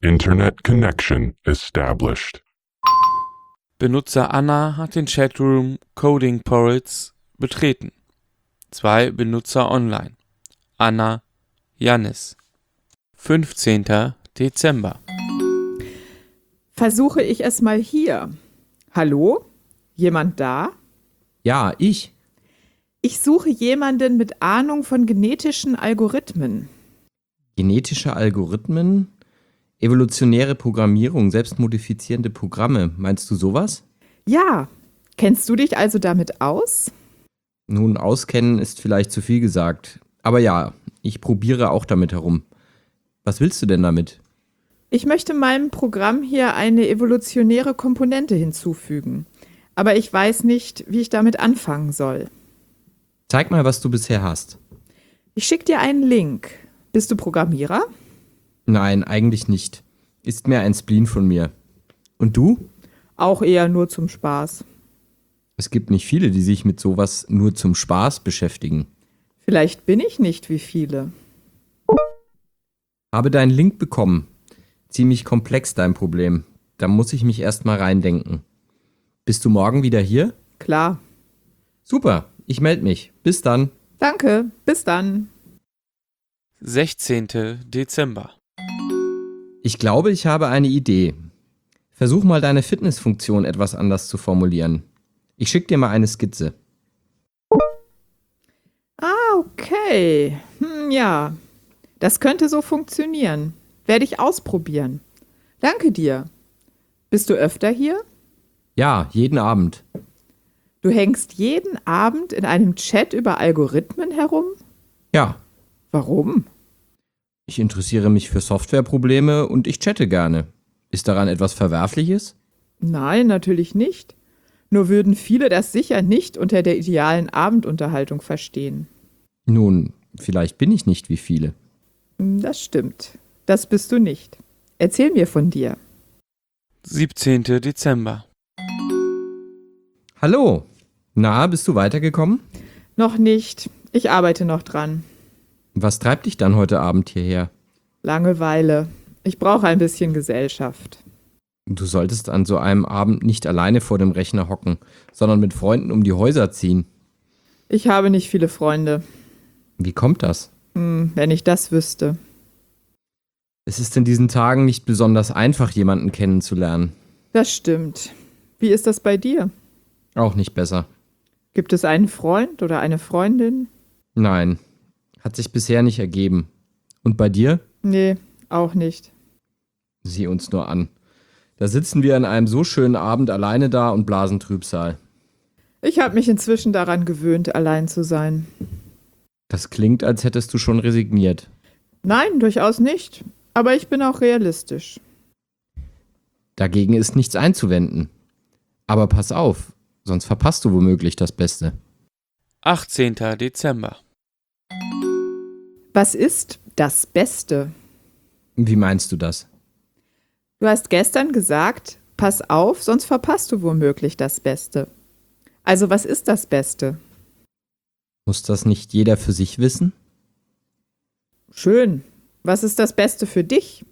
Internet connection established. Benutzer Anna hat den Chatroom Coding Porrits betreten. Zwei Benutzer online. Anna, Jannis. 15. Dezember. Versuche ich es mal hier. Hallo? Jemand da? Ja, ich. Ich suche jemanden mit Ahnung von genetischen Algorithmen. Genetische Algorithmen? Evolutionäre Programmierung, selbstmodifizierende Programme. Meinst du sowas? Ja, kennst du dich also damit aus? Nun, auskennen ist vielleicht zu viel gesagt. Aber ja, ich probiere auch damit herum. Was willst du denn damit? Ich möchte meinem Programm hier eine evolutionäre Komponente hinzufügen. Aber ich weiß nicht, wie ich damit anfangen soll. Zeig mal, was du bisher hast. Ich schicke dir einen Link. Bist du Programmierer? Nein, eigentlich nicht. Ist mehr ein Spleen von mir. Und du? Auch eher nur zum Spaß. Es gibt nicht viele, die sich mit sowas nur zum Spaß beschäftigen. Vielleicht bin ich nicht wie viele. Habe deinen Link bekommen. Ziemlich komplex dein Problem. Da muss ich mich erst mal reindenken. Bist du morgen wieder hier? Klar. Super, ich melde mich. Bis dann. Danke. Bis dann. 16. Dezember. Ich glaube, ich habe eine Idee. Versuch mal deine Fitnessfunktion etwas anders zu formulieren. Ich schicke dir mal eine Skizze. Ah, okay. Hm, ja. Das könnte so funktionieren. Werde ich ausprobieren. Danke dir. Bist du öfter hier? Ja, jeden Abend. Du hängst jeden Abend in einem Chat über Algorithmen herum? Ja, Warum? ich interessiere mich für Softwareprobleme und ich chatte gerne. Ist daran etwas Verwerfliches? Nein, natürlich nicht. Nur würden viele das sicher nicht unter der idealen Abendunterhaltung verstehen. Nun, vielleicht bin ich nicht wie viele. Hm, Das stimmt. Das bist du nicht. Erzähl mir von dir. 17. Dezember. Hallo. Na, bist du weitergekommen? Noch nicht. Ich arbeite noch dran. Was treibt dich dann heute Abend hierher? Langeweile. Ich brauche ein bisschen Gesellschaft. Du solltest an so einem Abend nicht alleine vor dem Rechner hocken, sondern mit Freunden um die Häuser ziehen. Ich habe nicht viele Freunde. Wie kommt das? Hm, wenn ich das wüsste. Es ist in diesen Tagen nicht besonders einfach, jemanden kennenzulernen. Das stimmt. Wie ist das bei dir? Auch nicht besser. Gibt es einen Freund oder eine Freundin? Nein, hat sich bisher nicht ergeben. Und bei dir? Nee, auch nicht. Sieh uns nur an. Da sitzen wir an einem so schönen Abend alleine da und blasen Trübsal. Ich habe mich inzwischen daran gewöhnt, allein zu sein. Das klingt, als hättest du schon resigniert. Nein, durchaus nicht. Aber ich bin auch realistisch. Dagegen ist nichts einzuwenden. Aber pass auf, sonst verpasst du womöglich das Beste. 18. Dezember. Was ist das Beste? Wie meinst du das? Du hast gestern gesagt, pass auf, sonst verpasst du womöglich das Beste. Also was ist das Beste? Muss das nicht jeder für sich wissen? Schön. Was ist das Beste für dich?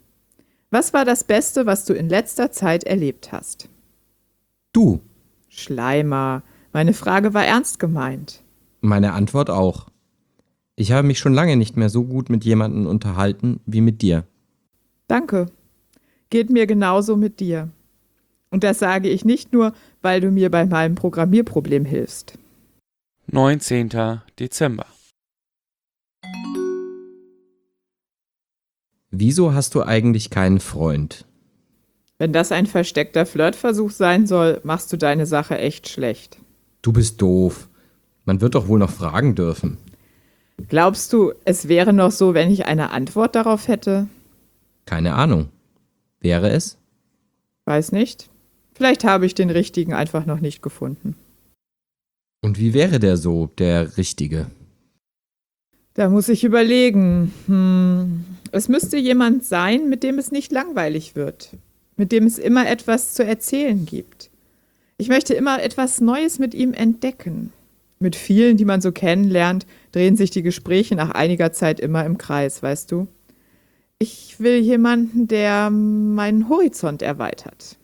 Was war das Beste, was du in letzter Zeit erlebt hast? Du, Schleimer, meine Frage war ernst gemeint. meine Antwort auch. Ich habe mich schon lange nicht mehr so gut mit jemandem unterhalten wie mit dir. Danke. Geht mir genauso mit dir. Und das sage ich nicht nur, weil du mir bei meinem Programmierproblem hilfst. 19. Dezember. Wieso hast du eigentlich keinen Freund? Wenn das ein versteckter Flirtversuch sein soll, machst du deine Sache echt schlecht. Du bist doof. Man wird doch wohl noch fragen dürfen. Glaubst du, es wäre noch so, wenn ich eine Antwort darauf hätte? Keine Ahnung. Wäre es? Weiß nicht. Vielleicht habe ich den richtigen einfach noch nicht gefunden. Und wie wäre der so, der Richtige? Da muss ich überlegen. Hm. Es müsste jemand sein, mit dem es nicht langweilig wird, mit dem es immer etwas zu erzählen gibt. Ich möchte immer etwas Neues mit ihm entdecken. Mit vielen, die man so kennenlernt, drehen sich die Gespräche nach einiger Zeit immer im Kreis, weißt du? Ich will jemanden, der meinen Horizont erweitert.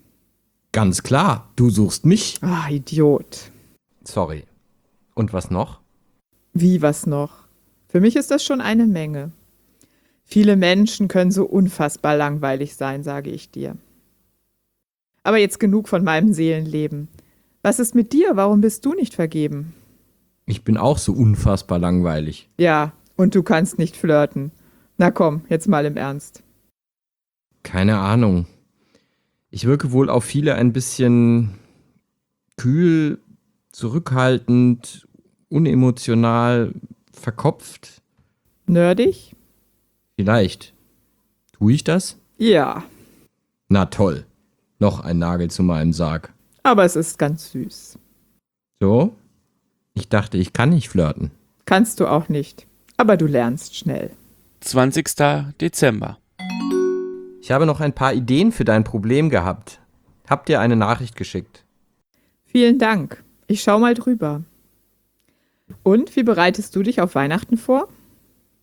Ganz klar, du suchst mich. Ah, Idiot. Sorry. Und was noch? Wie was noch? Für mich ist das schon eine Menge. Viele Menschen können so unfassbar langweilig sein, sage ich dir. Aber jetzt genug von meinem Seelenleben. Was ist mit dir? Warum bist du nicht vergeben? Ich bin auch so unfassbar langweilig. Ja, und du kannst nicht flirten. Na komm, jetzt mal im Ernst. Keine Ahnung. Ich wirke wohl auf viele ein bisschen kühl, zurückhaltend, unemotional, verkopft. Nerdig? Vielleicht. Tue ich das? Ja, Na toll. Noch ein Nagel zu meinem Sarg. aber es ist ganz süß. So? Ich dachte, ich kann nicht flirten. Kannst du auch nicht. Aber du lernst schnell. 20. Dezember. Ich habe noch ein paar Ideen für dein Problem gehabt. Hab dir eine Nachricht geschickt. Vielen Dank. Ich schau mal drüber. Und wie bereitest du dich auf Weihnachten vor?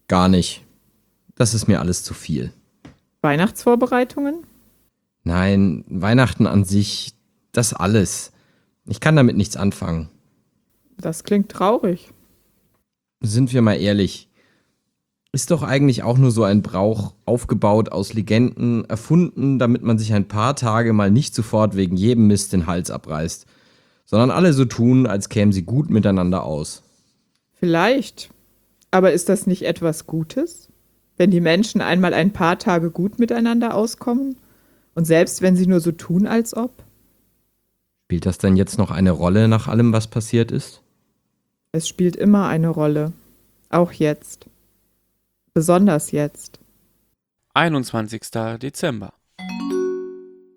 Gar nicht. Das ist mir alles zu viel. Weihnachtsvorbereitungen? Nein, Weihnachten an sich, das alles. Ich kann damit nichts anfangen. Das klingt traurig. Sind wir mal ehrlich. Ist doch eigentlich auch nur so ein Brauch, aufgebaut aus Legenden, erfunden, damit man sich ein paar Tage mal nicht sofort wegen jedem Mist den Hals abreißt, sondern alle so tun, als kämen sie gut miteinander aus. Vielleicht. Aber ist das nicht etwas Gutes? Wenn die Menschen einmal ein paar Tage gut miteinander auskommen? Und selbst wenn sie nur so tun, als ob? Spielt das denn jetzt noch eine Rolle nach allem, was passiert ist? Es spielt immer eine Rolle. Auch jetzt. Besonders jetzt. 21. Dezember.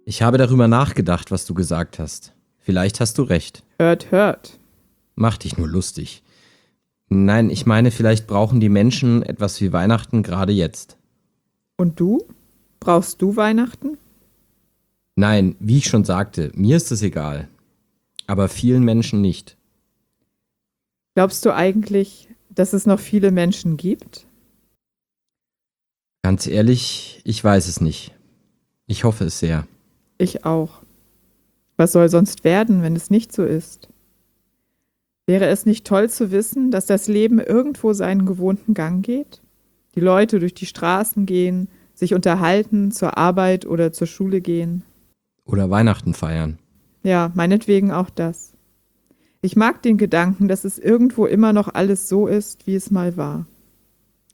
Ich habe darüber nachgedacht, was du gesagt hast. Vielleicht hast du recht. Hört, hört. Mach dich nur lustig. Nein, ich meine, vielleicht brauchen die Menschen etwas wie Weihnachten gerade jetzt. Und du? Brauchst du Weihnachten? Nein, wie ich schon sagte, mir ist es egal. Aber vielen Menschen nicht. Glaubst du eigentlich, dass es noch viele Menschen gibt? Ganz ehrlich, ich weiß es nicht. Ich hoffe es sehr. Ich auch. Was soll sonst werden, wenn es nicht so ist? Wäre es nicht toll zu wissen, dass das Leben irgendwo seinen gewohnten Gang geht? Die Leute durch die Straßen gehen, sich unterhalten, zur Arbeit oder zur Schule gehen? Oder Weihnachten feiern. Ja, meinetwegen auch das. Ich mag den Gedanken, dass es irgendwo immer noch alles so ist, wie es mal war.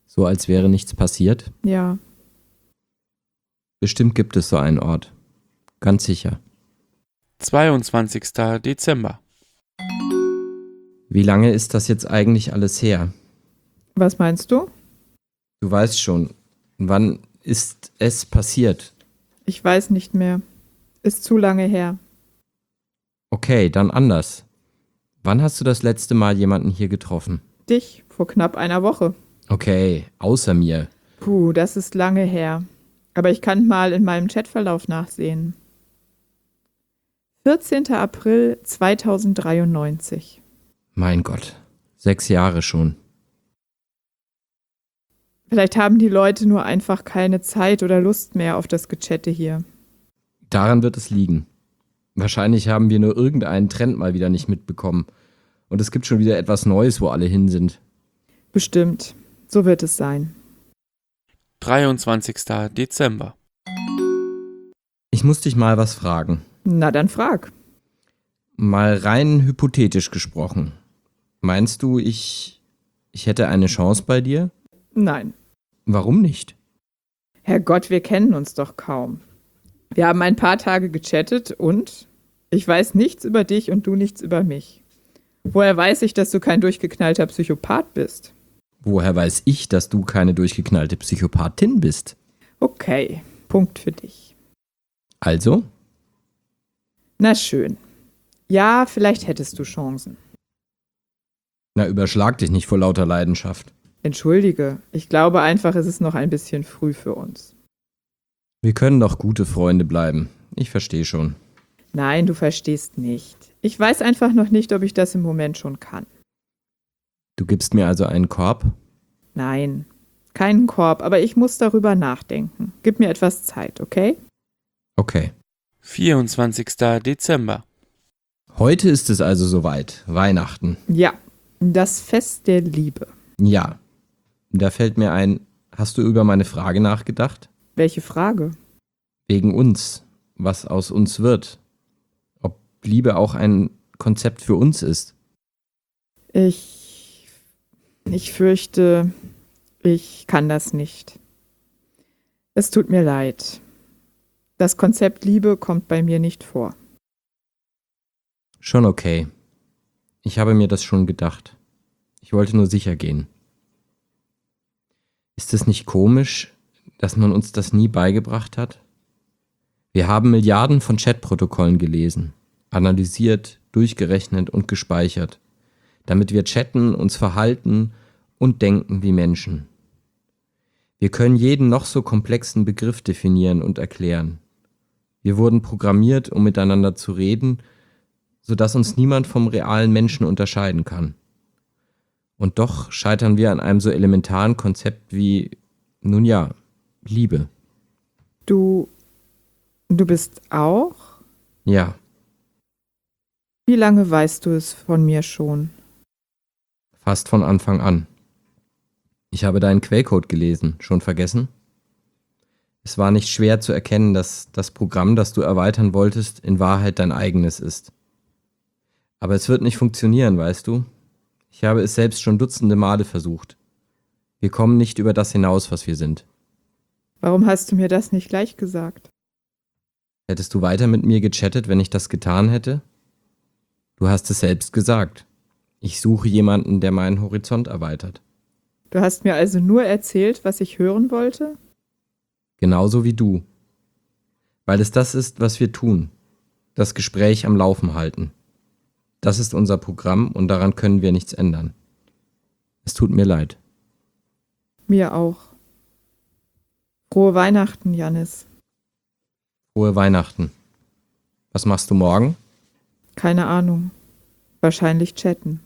So als wäre nichts passiert. Ja. Bestimmt gibt es so einen Ort. Ganz sicher. 22. Dezember. Wie lange ist das jetzt eigentlich alles her? Was meinst du? Du weißt schon, wann ist es passiert? Ich weiß nicht mehr. Ist zu lange her. Okay, dann anders. Wann hast du das letzte Mal jemanden hier getroffen? Dich vor knapp einer Woche. Okay, außer mir. Puh, das ist lange her. Aber ich kann mal in meinem Chatverlauf nachsehen. 14. April 2093. Mein Gott, sechs Jahre schon. Vielleicht haben die Leute nur einfach keine Zeit oder Lust mehr auf das Gechette hier. Daran wird es liegen. Wahrscheinlich haben wir nur irgendeinen Trend mal wieder nicht mitbekommen. Und es gibt schon wieder etwas Neues, wo alle hin sind. Bestimmt. So wird es sein. 23. Dezember. Ich muss dich mal was fragen. Na dann frag. Mal rein hypothetisch gesprochen. Meinst du, ich. ich hätte eine Chance bei dir? Nein. Warum nicht? Herrgott, wir kennen uns doch kaum. Wir haben ein paar Tage gechattet und ich weiß nichts über dich und du nichts über mich. Woher weiß ich, dass du kein durchgeknallter Psychopath bist? Woher weiß ich, dass du keine durchgeknallte Psychopathin bist? Okay, Punkt für dich. Also, Na schön. Ja, vielleicht hättest du Chancen. na, überschlag dich nicht vor lauter Leidenschaft. Entschuldige, ich glaube einfach, es ist noch ein bisschen früh für uns. Wir können doch gute Freunde bleiben. Ich verstehe schon. Nein, du verstehst nicht. Ich weiß einfach noch nicht, ob ich das im Moment schon kann. Du gibst mir also einen Korb? Nein, keinen Korb, aber ich muss darüber nachdenken. Gib mir etwas Zeit, okay? Okay. 24. Dezember, Heute ist es also soweit. Weihnachten. Ja, das Fest der Liebe. Ja. Da fällt mir ein, hast du über meine Frage nachgedacht? Welche Frage? Wegen uns. Was aus uns wird. Ob Liebe auch ein Konzept für uns ist. Ich. Ich fürchte, ich kann das nicht. Es tut mir leid. Das Konzept Liebe kommt bei mir nicht vor. Schon okay. Ich habe mir das schon gedacht. Ich wollte nur sicher gehen. Ist es nicht komisch, dass man uns das nie beigebracht hat? Wir haben Milliarden von Chatprotokollen gelesen, analysiert, durchgerechnet und gespeichert, damit wir chatten, uns verhalten und denken wie Menschen. Wir können jeden noch so komplexen Begriff definieren und erklären. Wir wurden programmiert, um miteinander zu reden sodass uns niemand vom realen Menschen unterscheiden kann. Und doch scheitern wir an einem so elementaren Konzept wie, nun ja, Liebe. Du. Du bist auch? Ja, Wie lange weißt du es von mir schon? fast von Anfang an. Ich habe deinen Quellcode gelesen, schon vergessen? Es war nicht schwer zu erkennen, dass das Programm, das du erweitern wolltest, in Wahrheit dein eigenes ist. Aber es wird nicht funktionieren, weißt du? Ich habe es selbst schon dutzende Male versucht. Wir kommen nicht über das hinaus, was wir sind. Warum hast du mir das nicht gleich gesagt? Hättest du weiter mit mir gechattet, wenn ich das getan hätte? Du hast es selbst gesagt. Ich suche jemanden, der meinen Horizont erweitert. Du hast mir also nur erzählt, was ich hören wollte? Genauso wie du. Weil es das ist, was wir tun. Das Gespräch am Laufen halten. Das ist unser Programm und daran können wir nichts ändern. Es tut mir leid. Mir auch. Frohe Weihnachten, Janis. Frohe Weihnachten. Was machst du morgen? Keine Ahnung. Wahrscheinlich chatten.